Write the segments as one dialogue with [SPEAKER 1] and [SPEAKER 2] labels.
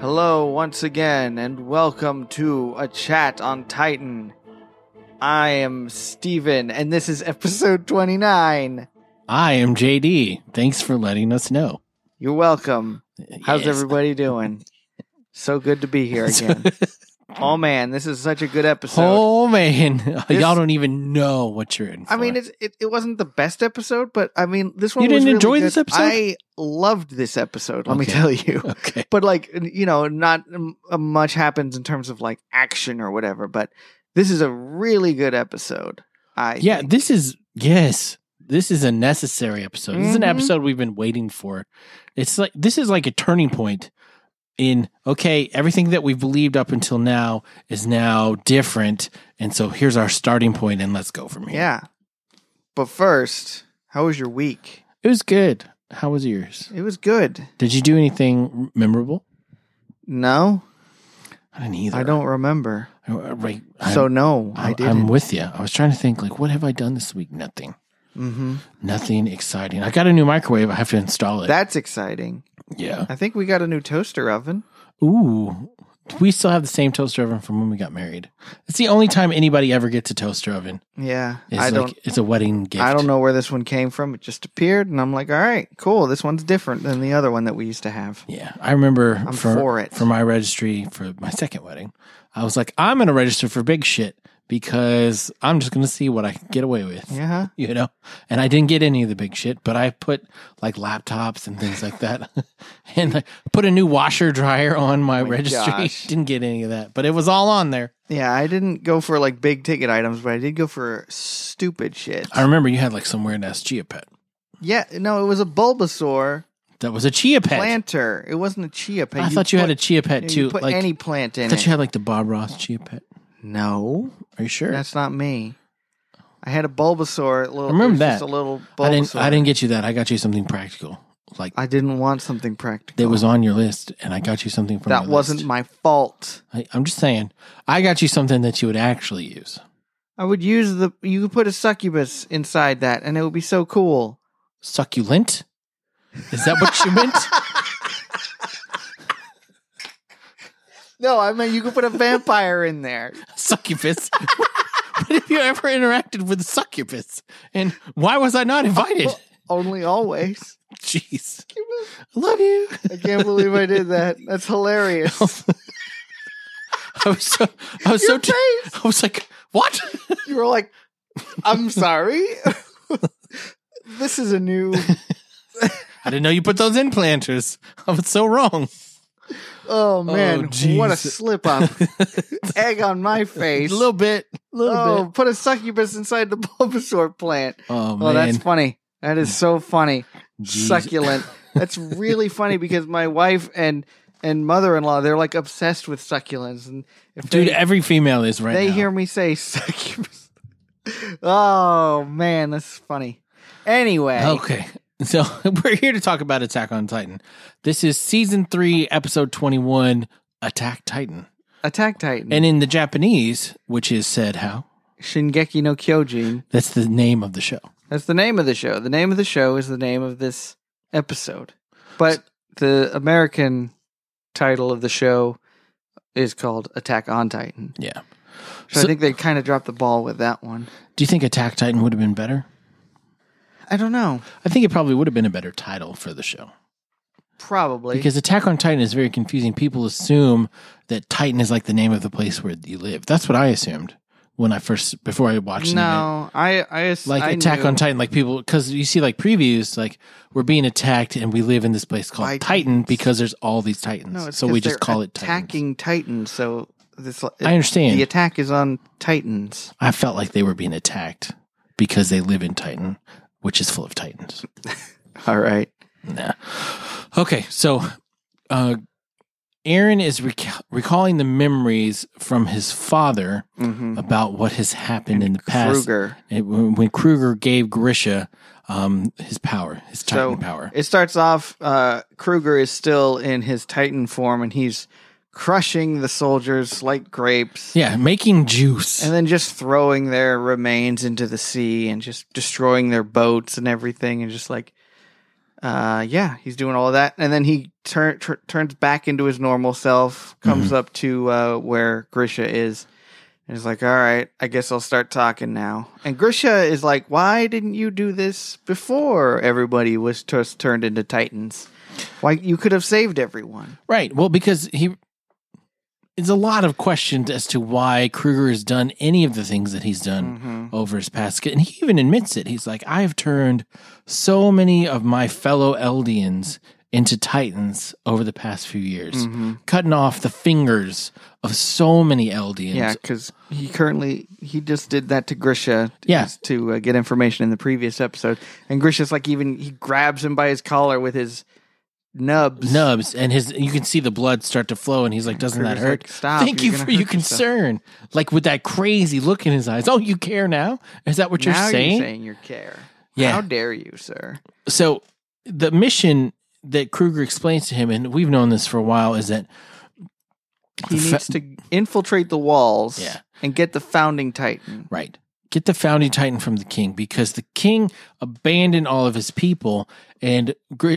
[SPEAKER 1] Hello, once again, and welcome to A Chat on Titan. I am Steven, and this is episode 29.
[SPEAKER 2] I am JD. Thanks for letting us know.
[SPEAKER 1] You're welcome. How's
[SPEAKER 2] Yes.
[SPEAKER 1] everybody doing? so good to be here again. oh man, this is such a good episode.
[SPEAKER 2] oh man, y'all don't even know what you're in. For.
[SPEAKER 1] I mean, it's, it it wasn't the best episode, but I mean, this one
[SPEAKER 2] You
[SPEAKER 1] was
[SPEAKER 2] didn't
[SPEAKER 1] really
[SPEAKER 2] enjoy
[SPEAKER 1] good.
[SPEAKER 2] this episode?
[SPEAKER 1] I loved this episode. Let me
[SPEAKER 2] Okay.
[SPEAKER 1] tell you.
[SPEAKER 2] okay.
[SPEAKER 1] but like you know not um, much happens in terms of like action or whatever but this is a really good episode i
[SPEAKER 2] Yeah,
[SPEAKER 1] think.
[SPEAKER 2] this is yes. This is a necessary episode. This is an
[SPEAKER 1] Mhm.
[SPEAKER 2] episode we've been waiting for. It's like this is like a turning point in okay, everything that we've believed up until now is now different, and so here's our starting point, and let's go from here.
[SPEAKER 1] yeah but first how was your week
[SPEAKER 2] it was good. How was yours?
[SPEAKER 1] it was good
[SPEAKER 2] Did you do anything memorable?
[SPEAKER 1] no
[SPEAKER 2] I didn't either.
[SPEAKER 1] i don't remember
[SPEAKER 2] I- I- Right. I'm-
[SPEAKER 1] so no
[SPEAKER 2] I'm,
[SPEAKER 1] i
[SPEAKER 2] I'm
[SPEAKER 1] didn't
[SPEAKER 2] with you. I was trying to think, like, what have I done this week? Nothing.
[SPEAKER 1] hmm
[SPEAKER 2] Nothing exciting. I got a new microwave. I have to install it.
[SPEAKER 1] that's exciting
[SPEAKER 2] yeah.
[SPEAKER 1] i think we got a new toaster oven
[SPEAKER 2] Ooh. We still have the same toaster oven from when we got married. It's the only time anybody ever gets a toaster oven.
[SPEAKER 1] yeah
[SPEAKER 2] It's
[SPEAKER 1] i
[SPEAKER 2] like
[SPEAKER 1] don't
[SPEAKER 2] it's a wedding gift.
[SPEAKER 1] I don't know where this one came from. It just appeared, and I'm like, all right, cool. This one's different than the other one that we used to have.
[SPEAKER 2] Yeah, I remember
[SPEAKER 1] I'm
[SPEAKER 2] for,
[SPEAKER 1] for it.
[SPEAKER 2] for my registry for my second wedding. I was like, I'm going to register for big shit because I'm just going to see what I can get away with.
[SPEAKER 1] Yeah.
[SPEAKER 2] you know and i didn't get any of the big shit but i put like laptops and things like that and i put a new washer dryer on my,
[SPEAKER 1] Oh my
[SPEAKER 2] registry
[SPEAKER 1] gosh.
[SPEAKER 2] didn't get any of that but it was all on there
[SPEAKER 1] Yeah, I didn't go for like big ticket items, but I did go for stupid shit.
[SPEAKER 2] i remember you had like some weird ass chia pet
[SPEAKER 1] yeah, no, it was a Bulbasaur
[SPEAKER 2] that was a chia pet
[SPEAKER 1] planter. It wasn't a chia pet.
[SPEAKER 2] i thought you had a
[SPEAKER 1] put-
[SPEAKER 2] chia pet
[SPEAKER 1] You
[SPEAKER 2] too
[SPEAKER 1] put
[SPEAKER 2] like
[SPEAKER 1] any plant
[SPEAKER 2] i
[SPEAKER 1] in
[SPEAKER 2] thought
[SPEAKER 1] it.
[SPEAKER 2] you had like the bob ross chia pet
[SPEAKER 1] no,
[SPEAKER 2] are you sure
[SPEAKER 1] that's not me. I had a Bulbasaur. A little,
[SPEAKER 2] I remember
[SPEAKER 1] it was Just a
[SPEAKER 2] that.
[SPEAKER 1] little Bulbasaur.
[SPEAKER 2] i didn't i didn't get you that i got you something practical like
[SPEAKER 1] I didn't want something practical.
[SPEAKER 2] that was on your list and i got you something from
[SPEAKER 1] that
[SPEAKER 2] your
[SPEAKER 1] wasn't
[SPEAKER 2] list.
[SPEAKER 1] my fault.
[SPEAKER 2] I, i'm just saying i got you something that you would actually use
[SPEAKER 1] I would use the. You could put a succubus inside that, and it would be so cool.
[SPEAKER 2] succulent is that what you meant
[SPEAKER 1] No, I mean you could put a vampire in there.
[SPEAKER 2] succubus. what have you ever interacted with a succubus? And why was I not invited?
[SPEAKER 1] Only always.
[SPEAKER 2] Jeez. I love you.
[SPEAKER 1] I can't believe I did that. That's hilarious.
[SPEAKER 2] I was so I was so
[SPEAKER 1] Your
[SPEAKER 2] t-
[SPEAKER 1] face.
[SPEAKER 2] I was like, what?
[SPEAKER 1] You were like, I'm sorry. this is a new.
[SPEAKER 2] I didn't know you put those in planters. I was so wrong.
[SPEAKER 1] Oh man, what a
[SPEAKER 2] jeez.
[SPEAKER 1] slip up!
[SPEAKER 2] a
[SPEAKER 1] Egg on my face.
[SPEAKER 2] little bit. A little
[SPEAKER 1] oh,
[SPEAKER 2] bit.
[SPEAKER 1] put a succubus inside the Bulbasaur plant.
[SPEAKER 2] Oh man.
[SPEAKER 1] Oh, that's funny. That is so funny.
[SPEAKER 2] Jeez.
[SPEAKER 1] Succulent. That's really funny because my wife and and mother in law they're like obsessed with succulents and if
[SPEAKER 2] Dude,
[SPEAKER 1] they,
[SPEAKER 2] every female is right
[SPEAKER 1] they
[SPEAKER 2] now.
[SPEAKER 1] hear me say succubus. oh man, that's funny. Anyway,
[SPEAKER 2] Okay. So we're here to talk about Attack on Titan. This is season three, episode twenty-one, Attack Titan.
[SPEAKER 1] Attack Titan.
[SPEAKER 2] And in the Japanese, which is said how,
[SPEAKER 1] Shingeki no Kyojin.
[SPEAKER 2] that's the name of the show.
[SPEAKER 1] That's the name of the show. The name of the show is the name of this episode. But the American title of the show is called Attack on Titan.
[SPEAKER 2] Yeah.
[SPEAKER 1] So, I
[SPEAKER 2] So-
[SPEAKER 1] think they kind of dropped the ball with that one.
[SPEAKER 2] Do you think Attack Titan would have been better?
[SPEAKER 1] I don't know.
[SPEAKER 2] I think it probably would have been a better title for the show
[SPEAKER 1] Probably.
[SPEAKER 2] because Attack on Titan is very confusing. People assume that Titan is like the name of the place where you live. That's what I assumed when I first, before I watched it.
[SPEAKER 1] no, I I ass-
[SPEAKER 2] Like
[SPEAKER 1] I
[SPEAKER 2] Attack
[SPEAKER 1] knew
[SPEAKER 2] on Titan, like people, because you see like previews, like we're being attacked and we live in this place called
[SPEAKER 1] By
[SPEAKER 2] Titan
[SPEAKER 1] titans.
[SPEAKER 2] because there's all these Titans.
[SPEAKER 1] No, it's
[SPEAKER 2] so we
[SPEAKER 1] 'cause
[SPEAKER 2] just
[SPEAKER 1] they're
[SPEAKER 2] call it Titans.
[SPEAKER 1] attacking Titan. So this
[SPEAKER 2] I understand.
[SPEAKER 1] the attack is on Titans.
[SPEAKER 2] I felt like they were being attacked because they live in Titan, which is full of Titans.
[SPEAKER 1] All right.
[SPEAKER 2] Nah. Okay, so uh, Aaron is reca- recalling the memories from his father
[SPEAKER 1] Mm-hmm.
[SPEAKER 2] about what has happened in the past
[SPEAKER 1] Kruger.
[SPEAKER 2] It- when when Kruger gave Grisha um, his power, his
[SPEAKER 1] So-
[SPEAKER 2] Titan power.
[SPEAKER 1] It starts off. Uh, Kruger is still in his Titan form, and he's crushing the soldiers like grapes,
[SPEAKER 2] Yeah, making juice.
[SPEAKER 1] and then just throwing their remains into the sea, and just destroying their boats and everything, and just like uh, yeah, he's doing all of that, and then he turn, tur- turns back into his normal self, comes up to uh, where Grisha is, and is like, "All right, I guess I'll start talking now." And Grisha is like, "Why didn't you do this before everybody was just turned into titans? Why you could have saved everyone?"
[SPEAKER 2] Right. Well, because he it's a lot of questions as to why Kruger has done any of the things that he's done
[SPEAKER 1] Mhm.
[SPEAKER 2] over his past. And he even admits it. He's like, I have turned so many of my fellow Eldians into Titans over the past few years,
[SPEAKER 1] Mm-hmm.
[SPEAKER 2] cutting off the fingers of so many Eldians.
[SPEAKER 1] Yeah, because he currently he just did that to Grisha.
[SPEAKER 2] Yeah.
[SPEAKER 1] just to uh, get information in the previous episode, and Grisha's like even he grabs him by his collar with his nubs.
[SPEAKER 2] Nubs and his, you can see the blood start to flow, and he's like, "Doesn't that
[SPEAKER 1] Kruger's
[SPEAKER 2] hurt?"
[SPEAKER 1] like, "Stop,
[SPEAKER 2] Thank
[SPEAKER 1] you're
[SPEAKER 2] you
[SPEAKER 1] gonna
[SPEAKER 2] for your
[SPEAKER 1] hurt yourself."
[SPEAKER 2] concern. Like with that crazy look in his eyes. Oh, you care now? Is that what
[SPEAKER 1] now
[SPEAKER 2] you're saying?
[SPEAKER 1] you're saying you care.
[SPEAKER 2] Yeah.
[SPEAKER 1] How dare you, sir?
[SPEAKER 2] so the mission that Kruger explains to him, and we've known this for a while, is that
[SPEAKER 1] He
[SPEAKER 2] The fa-
[SPEAKER 1] needs to infiltrate the walls
[SPEAKER 2] Yeah.
[SPEAKER 1] and get the founding titan.
[SPEAKER 2] right, get the founding titan from the king because the king abandoned all of his people, and Gr-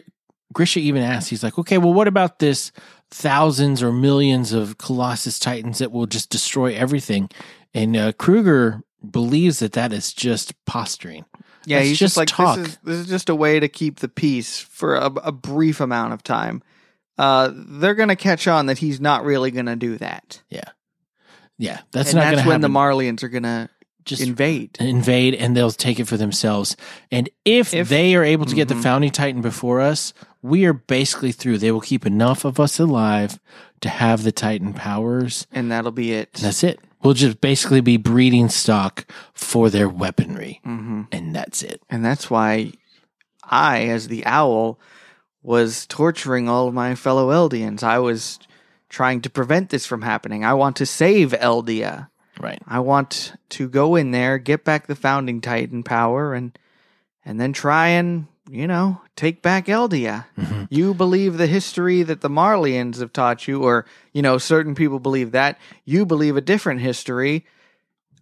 [SPEAKER 2] Grisha even asks, he's like, okay, well, what about this thousands or millions of Colossus titans that will just destroy everything? And uh, Kruger believes that that is just posturing.
[SPEAKER 1] Yeah,
[SPEAKER 2] That's
[SPEAKER 1] he's
[SPEAKER 2] just
[SPEAKER 1] just like
[SPEAKER 2] talk.
[SPEAKER 1] this is this is just a way to keep the peace for a, a brief amount of time. Uh, they're gonna catch on that he's not really gonna do that.
[SPEAKER 2] Yeah, that's
[SPEAKER 1] and
[SPEAKER 2] not going to
[SPEAKER 1] that's
[SPEAKER 2] happen.
[SPEAKER 1] when the Marlians are gonna
[SPEAKER 2] just
[SPEAKER 1] invade.
[SPEAKER 2] invade and they'll take it for themselves. And if,
[SPEAKER 1] If-
[SPEAKER 2] they are able to get the
[SPEAKER 1] Mhm.
[SPEAKER 2] founding titan before us, we are basically through. They will keep enough of us alive to have the titan powers,
[SPEAKER 1] And that'll be it.
[SPEAKER 2] and that's it. We'll just basically be breeding stock for their weaponry,
[SPEAKER 1] hmm
[SPEAKER 2] and that's it.
[SPEAKER 1] And that's why I, as the owl, was torturing all of my fellow Eldians. I was trying to prevent this from happening. I want to save Eldia.
[SPEAKER 2] Right.
[SPEAKER 1] I want to go in there, get back the founding titan power, and and then try and you know take back Eldia.
[SPEAKER 2] Mhm.
[SPEAKER 1] You believe the history that the Marlians have taught you, or you know certain people believe that. You believe a different history.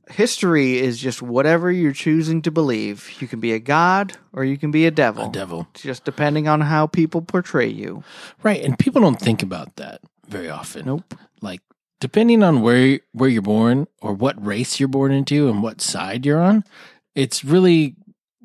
[SPEAKER 1] History is just whatever you're choosing to believe. You can be a god or you can be a devil.
[SPEAKER 2] A devil.
[SPEAKER 1] It's just depending on how people portray you.
[SPEAKER 2] Right. And people don't think about that very often. Nope. Like depending on where where you're born or what race you're born into and what side you're on, it's really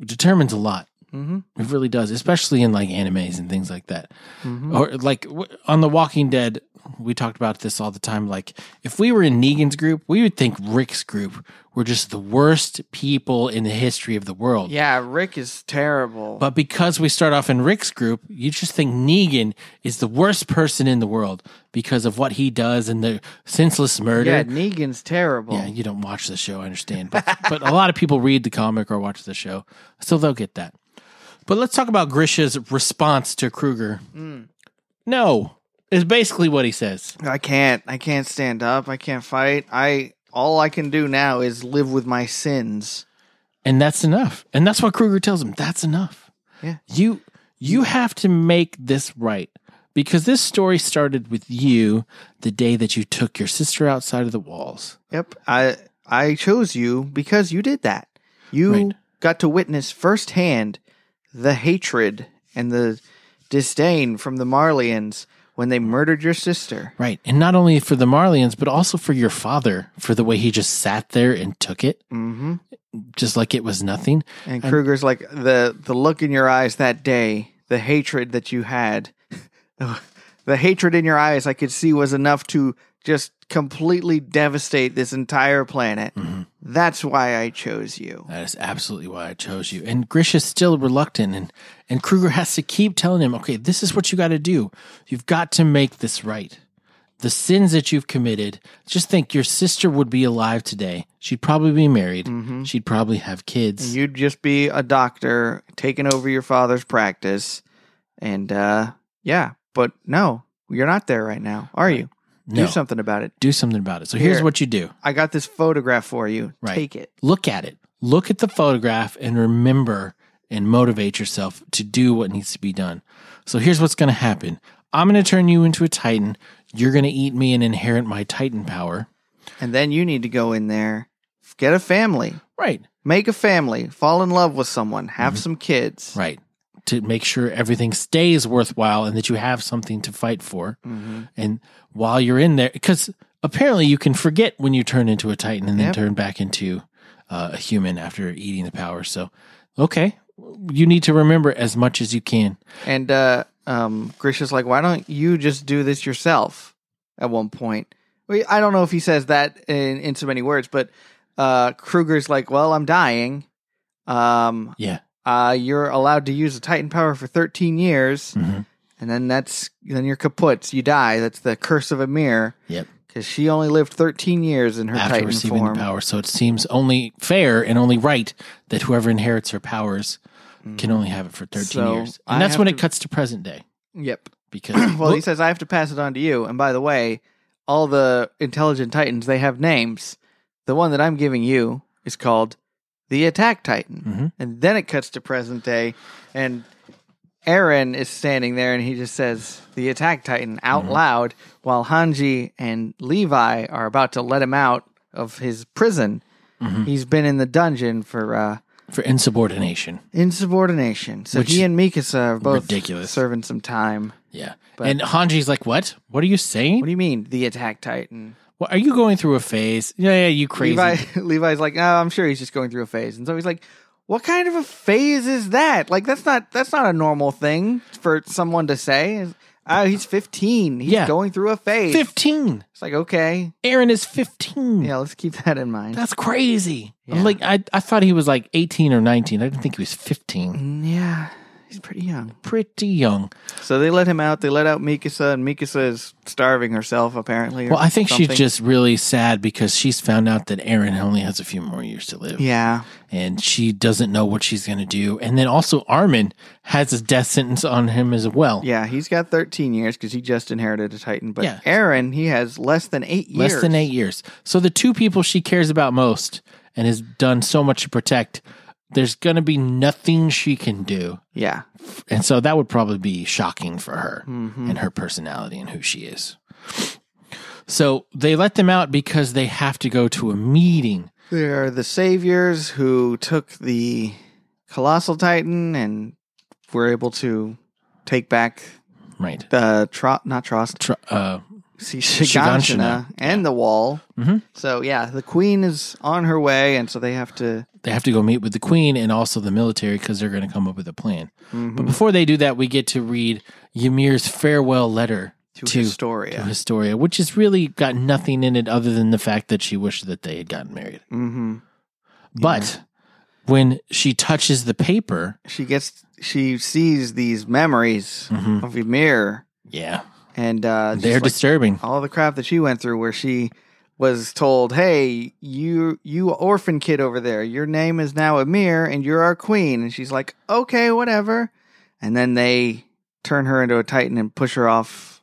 [SPEAKER 2] determines a lot.
[SPEAKER 1] Mm-hmm.
[SPEAKER 2] It really does, especially in like animes and things like that.
[SPEAKER 1] Mhm.
[SPEAKER 2] Or like w- on The Walking Dead, we talked about this all the time. Like if we were in Negan's group, we would think Rick's group were just the worst people in the history of the world.
[SPEAKER 1] Yeah, Rick is terrible.
[SPEAKER 2] But because we start off in Rick's group, you just think Negan is the worst person in the world because of what he does and the senseless murder.
[SPEAKER 1] yeah, Negan's terrible.
[SPEAKER 2] Yeah, you don't watch the show, I understand. But, but a lot of people read the comic or watch the show, so they'll get that. But let's talk about Grisha's response to Kruger. No, is basically what he says.
[SPEAKER 1] I can't. I can't stand up. I can't fight. I all I can do now is live with my sins.
[SPEAKER 2] And that's enough. And that's what Kruger tells him. That's enough.
[SPEAKER 1] Yeah.
[SPEAKER 2] You you have to make this right. Because this story started with you the day that you took your sister outside of the walls.
[SPEAKER 1] Yep. I I chose you because you did that. You
[SPEAKER 2] Right.
[SPEAKER 1] got to witness firsthand the hatred and the disdain from the Marlians when they murdered your sister.
[SPEAKER 2] Right. And not only for the Marlians, but also for your father, for the way he just sat there and took it,
[SPEAKER 1] hmm
[SPEAKER 2] just like it was nothing.
[SPEAKER 1] And Kruger's like the the look in your eyes that day, the hatred that you had, the hatred in your eyes I could see was enough to just completely devastate this entire planet. That's why I chose you.
[SPEAKER 2] That is absolutely why I chose you. And Grisha's still reluctant, and and Kruger has to keep telling him, okay, this is what you got to do. You've got to make this right. The sins that you've committed. Just think, your sister would be alive today. She'd probably be married.
[SPEAKER 1] Mm-hmm.
[SPEAKER 2] She'd probably have kids.
[SPEAKER 1] You'd just be a doctor taking over your father's practice, and uh, yeah, but no, you're not there right now, are you?
[SPEAKER 2] no,
[SPEAKER 1] Do something about it.
[SPEAKER 2] do something about it. So here's
[SPEAKER 1] Here.
[SPEAKER 2] what you do.
[SPEAKER 1] I got this photograph for you.
[SPEAKER 2] Right.
[SPEAKER 1] Take it.
[SPEAKER 2] Look at it. Look at the photograph and remember and motivate yourself to do what needs to be done. So here's what's going to happen. I'm going to turn you into a titan. You're going to eat me and inherit my titan power.
[SPEAKER 1] And then you need to go in there, get a family.
[SPEAKER 2] Right. Mm-hmm.
[SPEAKER 1] make a family, fall in love with someone, have some kids.
[SPEAKER 2] Right. to make sure everything stays worthwhile and that you have something to fight for.
[SPEAKER 1] Mm-hmm.
[SPEAKER 2] And while you're in there, because apparently you can forget when you turn into a titan and
[SPEAKER 1] Yep.
[SPEAKER 2] then turn back into uh, a human after eating the power. So, okay, you need to remember as much as you can.
[SPEAKER 1] And uh, um, Grisha's like, why don't you just do this yourself? At one point, Well, I don't know if he says that in, in so many words, but uh, Kruger's like, well, I'm dying. Um,
[SPEAKER 2] Yeah.
[SPEAKER 1] uh, you're allowed to use a Titan power for 13 years,
[SPEAKER 2] Mhm.
[SPEAKER 1] and then that's then you're kaput. You die. That's the curse of a mirror.
[SPEAKER 2] Yep.
[SPEAKER 1] Because she only lived 13 years in her
[SPEAKER 2] after
[SPEAKER 1] Titan
[SPEAKER 2] receiving
[SPEAKER 1] form.
[SPEAKER 2] the power. So it seems only fair and only right that whoever inherits her powers can only have it for 13
[SPEAKER 1] So
[SPEAKER 2] years.
[SPEAKER 1] I
[SPEAKER 2] And that's
[SPEAKER 1] have
[SPEAKER 2] when
[SPEAKER 1] to-
[SPEAKER 2] it cuts to present day
[SPEAKER 1] Yep.
[SPEAKER 2] because
[SPEAKER 1] well, he
[SPEAKER 2] Look,
[SPEAKER 1] says I have to pass it on to you. And by the way, all the intelligent Titans they have names. The one that I'm giving you is called the Attack Titan.
[SPEAKER 2] Mhm.
[SPEAKER 1] And then it cuts to present day, and Aaron is standing there, and he just says the Attack Titan out
[SPEAKER 2] Mm-hmm.
[SPEAKER 1] loud, while Hanji and Levi are about to let him out of his prison.
[SPEAKER 2] Mm-hmm.
[SPEAKER 1] He's been in the dungeon for uh,
[SPEAKER 2] for insubordination.
[SPEAKER 1] insubordination. So
[SPEAKER 2] Which-
[SPEAKER 1] he and Mikasa are both
[SPEAKER 2] Ridiculous.
[SPEAKER 1] serving some time.
[SPEAKER 2] Yeah. and Hanji's like, "What? What are you saying?
[SPEAKER 1] What do you mean, the Attack Titan?
[SPEAKER 2] What- are you going through a phase? Yeah, yeah, you crazy."
[SPEAKER 1] Levi, Levi's like, no, I'm sure he's just going through a phase, and so he's like, what kind of a phase is that? Like, that's not that's not a normal thing for someone to say. Oh, he's 15. He's
[SPEAKER 2] Yeah.
[SPEAKER 1] going through a phase.
[SPEAKER 2] 15.
[SPEAKER 1] It's like, okay,
[SPEAKER 2] Aaron is 15.
[SPEAKER 1] yeah, let's keep that in mind.
[SPEAKER 2] That's crazy. I'm
[SPEAKER 1] Yeah.
[SPEAKER 2] Like I, I thought he was like 18 or 19. I didn't think he was 15.
[SPEAKER 1] Mm, yeah, he's pretty young.
[SPEAKER 2] Pretty young.
[SPEAKER 1] So they let him out. They let out Mikasa, and Mikasa is starving herself apparently. or
[SPEAKER 2] Well, I think
[SPEAKER 1] something.
[SPEAKER 2] she's just really sad because she's found out that Aaron only has a few more years to live.
[SPEAKER 1] yeah.
[SPEAKER 2] and she doesn't know what she's going to do. And then also Armin has a death sentence on him as well.
[SPEAKER 1] Yeah, he's got 13 years because he just inherited a Titan. But
[SPEAKER 2] Yeah.
[SPEAKER 1] Aaron, he has less than eight years.
[SPEAKER 2] Less than eight years. So the two people she cares about most and has done so much to protect, there's going to be nothing she can do.
[SPEAKER 1] Yeah.
[SPEAKER 2] And so that would probably be shocking for her
[SPEAKER 1] Mhm.
[SPEAKER 2] and her personality and who she is. So they let them out because they have to go to a meeting.
[SPEAKER 1] They are the saviors who took the colossal titan and were able to take back
[SPEAKER 2] Right.
[SPEAKER 1] the tro- not Trost,
[SPEAKER 2] Tr- uh,
[SPEAKER 1] see,
[SPEAKER 2] Shiganshina.
[SPEAKER 1] Shiganshina and the wall.
[SPEAKER 2] Mhm.
[SPEAKER 1] So yeah, the queen is on her way, and so they have to.
[SPEAKER 2] they have to go meet with the queen and also the military because they're going to come up with a plan.
[SPEAKER 1] mhm,
[SPEAKER 2] But before they do that, we get to read Ymir's farewell letter
[SPEAKER 1] to,
[SPEAKER 2] to, to
[SPEAKER 1] Historia.
[SPEAKER 2] Historia, which has really got nothing in it other than the fact that she wished that they had gotten married.
[SPEAKER 1] hmm
[SPEAKER 2] But when she touches the paper,
[SPEAKER 1] She gets, she sees these memories
[SPEAKER 2] Mhm.
[SPEAKER 1] of Ymir,
[SPEAKER 2] yeah,
[SPEAKER 1] and uh, she's
[SPEAKER 2] they're
[SPEAKER 1] Mm-hmm. like,
[SPEAKER 2] disturbing.
[SPEAKER 1] all the crap that she went through where she was told, "Hey, you you orphan kid over there, your name is now Amir and you're our queen." And she's like, "Okay, whatever." And then they turn her into a titan and push her off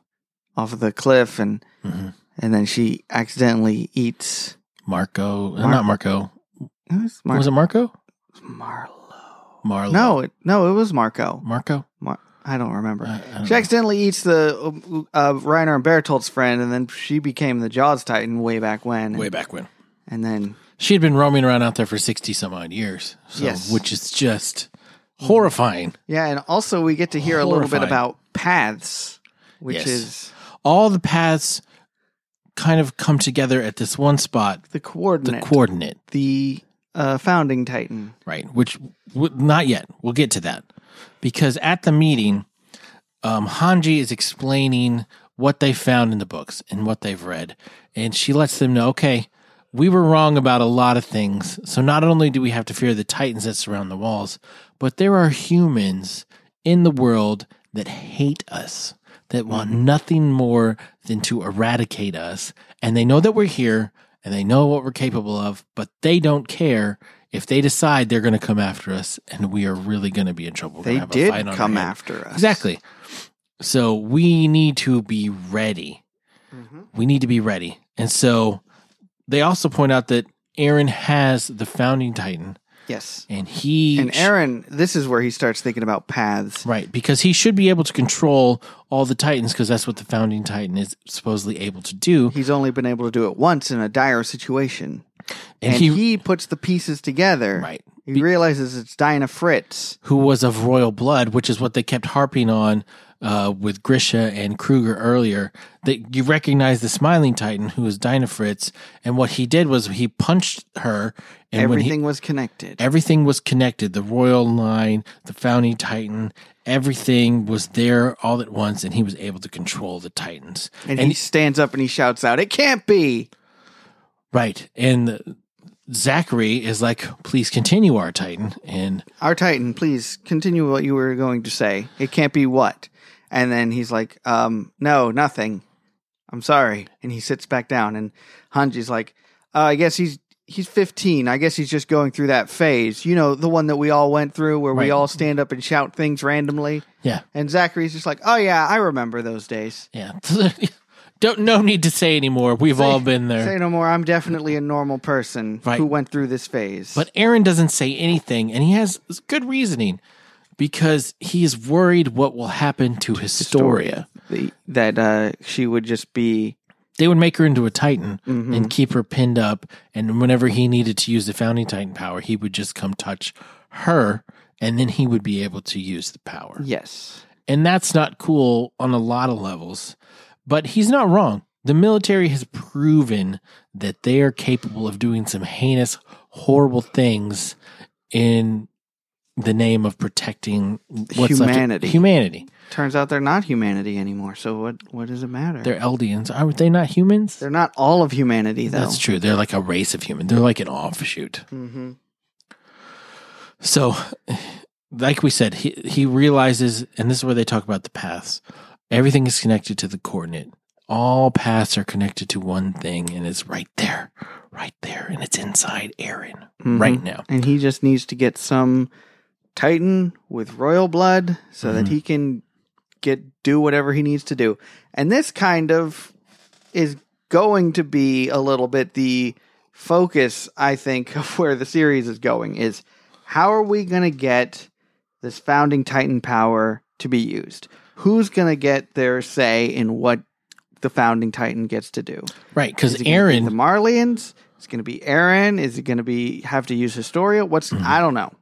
[SPEAKER 1] off of the cliff and
[SPEAKER 2] Mhm.
[SPEAKER 1] and then she accidentally eats
[SPEAKER 2] Marco, uh,
[SPEAKER 1] Mar-
[SPEAKER 2] not Marco.
[SPEAKER 1] it was Mar-
[SPEAKER 2] was it Marco?
[SPEAKER 1] Marlo.
[SPEAKER 2] Marlo.
[SPEAKER 1] No, it, no, it was Marco.
[SPEAKER 2] Marco.
[SPEAKER 1] Mar- I don't remember.
[SPEAKER 2] I- I don't
[SPEAKER 1] she accidentally eats the uh, Reiner and Bertolt's friend, and then she became the Jaws Titan way back when.
[SPEAKER 2] know.
[SPEAKER 1] And,
[SPEAKER 2] way back when
[SPEAKER 1] and then
[SPEAKER 2] she had been roaming around out there for sixty some odd years, so,
[SPEAKER 1] Yes.
[SPEAKER 2] which is just horrifying.
[SPEAKER 1] Yeah, and also we get to hear a little bit
[SPEAKER 2] Horrifying.
[SPEAKER 1] about paths, which
[SPEAKER 2] Yes.
[SPEAKER 1] is
[SPEAKER 2] All the paths kind of come together at this one spot,
[SPEAKER 1] the
[SPEAKER 2] the
[SPEAKER 1] coordinate, the,
[SPEAKER 2] coordinate.
[SPEAKER 1] uh, founding titan.
[SPEAKER 2] right? Which w- not yet. We'll get to that because at the meeting, um, Hanji is explaining what they found in the books and what they've read, and she lets them know, okay, we were wrong about a lot of things. So not only do we have to fear the titans that surround the walls, but there are humans in the world that hate us. That want
[SPEAKER 1] Mm-hmm.
[SPEAKER 2] nothing more than to eradicate us. And they know that we're here and they know what we're capable of, but they don't care if they decide they're going to come after us and we are really going to be in trouble. We're gonna
[SPEAKER 1] They
[SPEAKER 2] have a
[SPEAKER 1] did
[SPEAKER 2] fight on our
[SPEAKER 1] come
[SPEAKER 2] hand.
[SPEAKER 1] after us.
[SPEAKER 2] Exactly. So we need to be ready.
[SPEAKER 1] Mhm.
[SPEAKER 2] We need to be ready. And so they also point out that Aaron has the founding titan
[SPEAKER 1] Yes.
[SPEAKER 2] and he
[SPEAKER 1] And Aaron, this is where he starts thinking about paths.
[SPEAKER 2] Right, because he should be able to control all the titans because that's what the founding titan is supposedly able to do.
[SPEAKER 1] He's only been able to do it once in a dire situation. And,
[SPEAKER 2] And, he,
[SPEAKER 1] he, puts the pieces together
[SPEAKER 2] right,
[SPEAKER 1] He realizes it's Dinah Fritz.
[SPEAKER 2] who was of royal blood, which is what they kept harping on uh, with Grisha and Kruger earlier. That you recognize the smiling Titan, who was Dinah Fritz, and what he did was he punched her, and when he
[SPEAKER 1] Everything was connected.
[SPEAKER 2] everything was connected. The royal line, the founding Titan, everything was there all at once, and he was able to control the Titans.
[SPEAKER 1] and, he stands up and he shouts out, "It can't be!"
[SPEAKER 2] Right, and Zachary is like, "Please continue, our Titan," and
[SPEAKER 1] Our Titan, please continue what you were going to say. It can't be what? And then he's like, um, no, nothing. I'm sorry. And he sits back down and Hanji's like, uh, I guess he's he's 15. I guess he's just going through that phase. You know, the one that we all went through where
[SPEAKER 2] Right.
[SPEAKER 1] we all stand up and shout things randomly.
[SPEAKER 2] yeah,
[SPEAKER 1] And Zachary's just like, "Oh yeah, I remember those days."
[SPEAKER 2] yeah. Don't no need to say anymore. We've all been there.
[SPEAKER 1] Say no more. I'm definitely a normal person
[SPEAKER 2] Right.
[SPEAKER 1] who went through this phase.
[SPEAKER 2] But Aaron doesn't say anything, and he has good reasoning because he is worried what will happen to Historia.
[SPEAKER 1] The- that uh, she would just be mm-hmm.
[SPEAKER 2] They would make her into a Titan and keep her pinned up. And whenever he needed to use the Founding Titan power, he would just come touch her, and then he would be able to use the power.
[SPEAKER 1] yes.
[SPEAKER 2] And that's not cool on a lot of levels, but he's not wrong. The military has proven that they are capable of doing some heinous, horrible things in the name of protecting what's left of-
[SPEAKER 1] Humanity.
[SPEAKER 2] humanity.
[SPEAKER 1] Turns out they're not humanity anymore. So what? What does it matter?
[SPEAKER 2] They're Eldians. Are they not humans?
[SPEAKER 1] They're not all of humanity, though.
[SPEAKER 2] That's true. They're like a race of humans. They're like an offshoot.
[SPEAKER 1] hmm
[SPEAKER 2] So, like we said, he, he realizes, and this is where they talk about the paths. Everything is connected to the coordinate. All paths are connected to one thing, and it's right there, right there, and it's inside Aaron
[SPEAKER 1] Mm-hmm.
[SPEAKER 2] right now.
[SPEAKER 1] And he just needs to get some Titan with royal blood so that he can get do whatever he needs to do. And this kind of is going to be a little bit the focus, I think, of where the series is going is how are we going to get this founding Titan power to be used? Who's going to get their say in what the founding Titan gets to do?
[SPEAKER 2] Right, because
[SPEAKER 1] Is it gonna be
[SPEAKER 2] Aaron,
[SPEAKER 1] the Marlians. It's going to be Aaron. Is it going to be have to use Historia? What's
[SPEAKER 2] Hmm.
[SPEAKER 1] I don't know.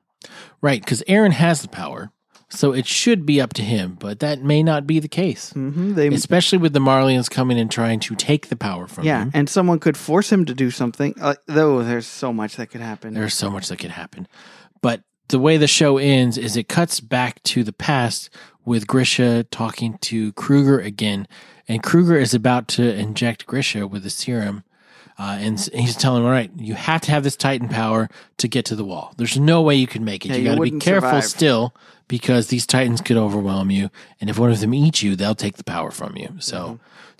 [SPEAKER 2] right, because Aaron has the power, so it should be up to him, but that may not be the case,
[SPEAKER 1] hmm They
[SPEAKER 2] especially with the Marlians coming and trying to take the power from
[SPEAKER 1] yeah,
[SPEAKER 2] him.
[SPEAKER 1] and someone could force him to do something. Uh, though there's so much that could happen.
[SPEAKER 2] There's so much that could happen. But the way the show ends is it cuts back to the past with Grisha talking to Kruger again. And Kruger is about to inject Grisha with a serum. Uh, and s- he's telling him, all right, you have to have this Titan power to get to the wall. There's no way you can make it.
[SPEAKER 1] Yeah,
[SPEAKER 2] you
[SPEAKER 1] you
[SPEAKER 2] got to be
[SPEAKER 1] wouldn't
[SPEAKER 2] careful
[SPEAKER 1] survive."
[SPEAKER 2] still because these Titans could overwhelm you. And if one of them eats you, they'll take the power from you. So
[SPEAKER 1] Mm-hmm.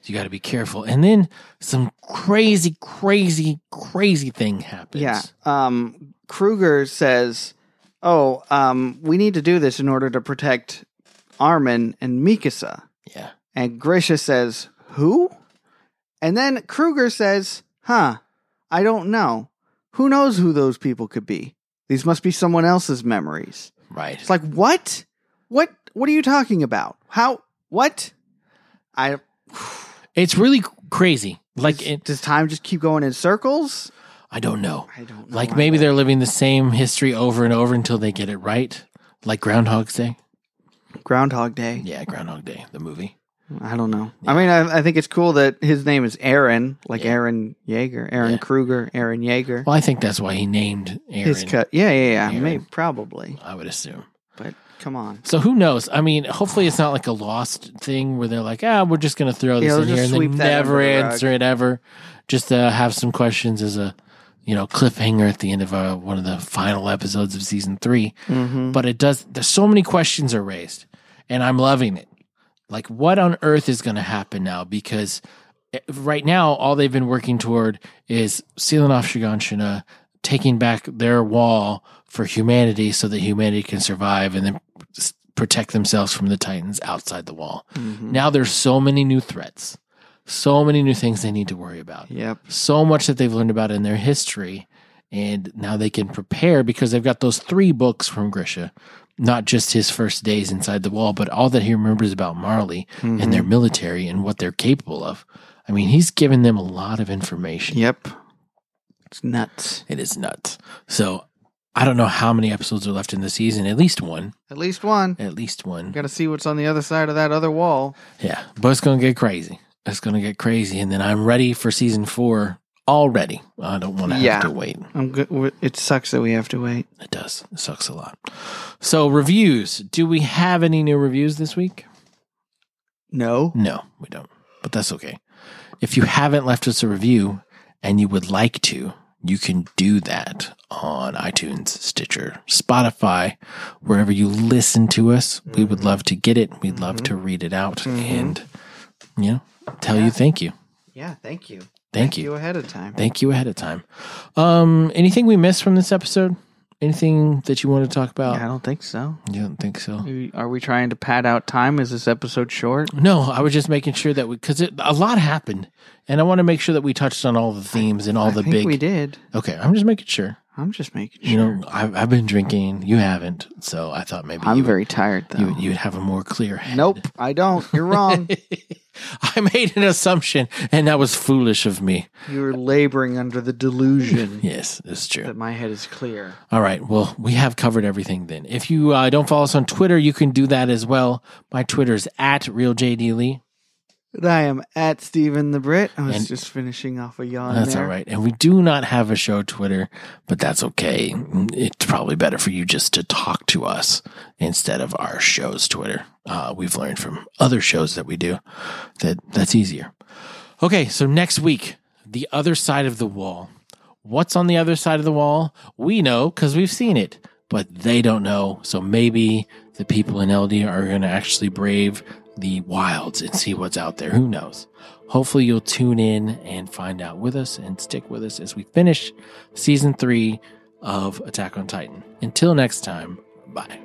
[SPEAKER 2] you got to be careful. And then some crazy, crazy, crazy thing happens.
[SPEAKER 1] yeah. Um, Kruger says, "Oh, um, we need to do this in order to protect Armin and Mikasa."
[SPEAKER 2] Yeah.
[SPEAKER 1] And Grisha says, Who? And then Kruger says, Huh, I don't know. Who knows who those people could be? These must be someone else's memories.
[SPEAKER 2] Right.
[SPEAKER 1] It's like, What? What? What are you talking about? How? What? I.
[SPEAKER 2] It's really crazy. Like it,
[SPEAKER 1] does time just keep going in circles?
[SPEAKER 2] I don't know.
[SPEAKER 1] I don't know.
[SPEAKER 2] Like maybe they're living the same history over and over until they get it right. Like Groundhog Day.
[SPEAKER 1] Groundhog Day.
[SPEAKER 2] Yeah, Groundhog Day, the movie.
[SPEAKER 1] I don't know. I mean, I, I think it's cool that his name is Aaron, like Aaron Yeager, Aaron
[SPEAKER 2] Yeah.
[SPEAKER 1] Kruger, Aaron Yeager.
[SPEAKER 2] Well, I think that's why he named Aaron.
[SPEAKER 1] His cut. Yeah, yeah, yeah.
[SPEAKER 2] Aaron.
[SPEAKER 1] Maybe, probably.
[SPEAKER 2] I would assume.
[SPEAKER 1] But come on.
[SPEAKER 2] So who knows? I mean, hopefully it's not like a lost thing where they're like, ah, we're just going to throw this
[SPEAKER 1] Yeah,
[SPEAKER 2] in
[SPEAKER 1] we'll
[SPEAKER 2] here
[SPEAKER 1] just
[SPEAKER 2] and then
[SPEAKER 1] sweep that
[SPEAKER 2] never
[SPEAKER 1] under the rug.
[SPEAKER 2] answer it ever. Just to have some questions as a, you know, cliffhanger at the end of uh, one of the final episodes of season three.
[SPEAKER 1] Mm-hmm.
[SPEAKER 2] but it does there's so many questions are raised and i'm loving it like what on earth is going to happen now because eh, right now all they've been working toward is sealing off shiganshina taking back their wall for humanity so that humanity can survive and then s- protect themselves from the titans outside the wall
[SPEAKER 1] Mm-hmm.
[SPEAKER 2] now there's so many new threats so many new things they need to worry about
[SPEAKER 1] Yep.
[SPEAKER 2] so much that they've learned about in their history and now they can prepare because they've got those three books from Grisha not just his first days inside the wall but all that he remembers about Marley and their military and what they're capable of I mean he's given them a lot of information
[SPEAKER 1] Yep. It's Mm-hmm. nuts.
[SPEAKER 2] it is nuts so I don't know how many episodes are left in the season. At least one.
[SPEAKER 1] At least one.
[SPEAKER 2] At least one.
[SPEAKER 1] Got to see what's on the other side of that other wall.
[SPEAKER 2] Yeah, but it's gonna get crazy. It's gonna get crazy, and then I'm ready for season four already. I don't want to
[SPEAKER 1] Yeah.
[SPEAKER 2] have to wait.
[SPEAKER 1] I'm good. It sucks that we have to wait.
[SPEAKER 2] It does. It sucks a lot. So reviews. Do we have any new reviews this week?
[SPEAKER 1] No.
[SPEAKER 2] No, we don't. But that's okay. If you haven't left us a review and you would like to, you can do that on iTunes, Stitcher, Spotify, wherever you listen to us. We would love to get it. We'd love to read it out and you know, tell you thank you.
[SPEAKER 1] Yeah. Thank you. Thank,
[SPEAKER 2] Thank
[SPEAKER 1] you
[SPEAKER 2] you.
[SPEAKER 1] ahead of time.
[SPEAKER 2] Thank you ahead of time. Um anything we missed from this episode? Anything that you want to talk about?
[SPEAKER 1] I don't think so.
[SPEAKER 2] You don't think so?
[SPEAKER 1] Are we trying to pad out time? Is this episode short?
[SPEAKER 2] No, I was just making sure that we because a lot happened, and I want to make sure that we touched on all the themes and all the
[SPEAKER 1] I think
[SPEAKER 2] big.
[SPEAKER 1] we did.
[SPEAKER 2] Okay, I'm just making sure.
[SPEAKER 1] I'm just making sure.
[SPEAKER 2] You know, I've, I've been drinking. You haven't, so I thought maybe
[SPEAKER 1] I'm
[SPEAKER 2] you,
[SPEAKER 1] very tired though.
[SPEAKER 2] you you'd have a more clear head.
[SPEAKER 1] nope. I don't. You're wrong.
[SPEAKER 2] I made an assumption, and that was foolish of me.
[SPEAKER 1] You're laboring under the delusion
[SPEAKER 2] Yes, it's true.
[SPEAKER 1] that my head is clear.
[SPEAKER 2] All right. Well, we have covered everything then. If you uh, don't follow us on Twitter, you can do that as well. My Twitter's at realjdlee.
[SPEAKER 1] And I am at Stephen the Brit. I was
[SPEAKER 2] And-
[SPEAKER 1] just finishing off a yawn.
[SPEAKER 2] That's
[SPEAKER 1] there.
[SPEAKER 2] all right. And we do not have a show Twitter, but that's okay. It's probably better for you just to talk to us instead of our show's Twitter. Uh, we've learned from other shows that we do that that's easier. Okay, so next week, the other side of the wall. What's on the other side of the wall? We know because we've seen it, but they don't know. So maybe the people in LD are going to actually brave the wilds and see what's out there. Who knows? Hopefully, you'll tune in and find out with us and stick with us as we finish season three of Attack on Titan. Until next time, bye.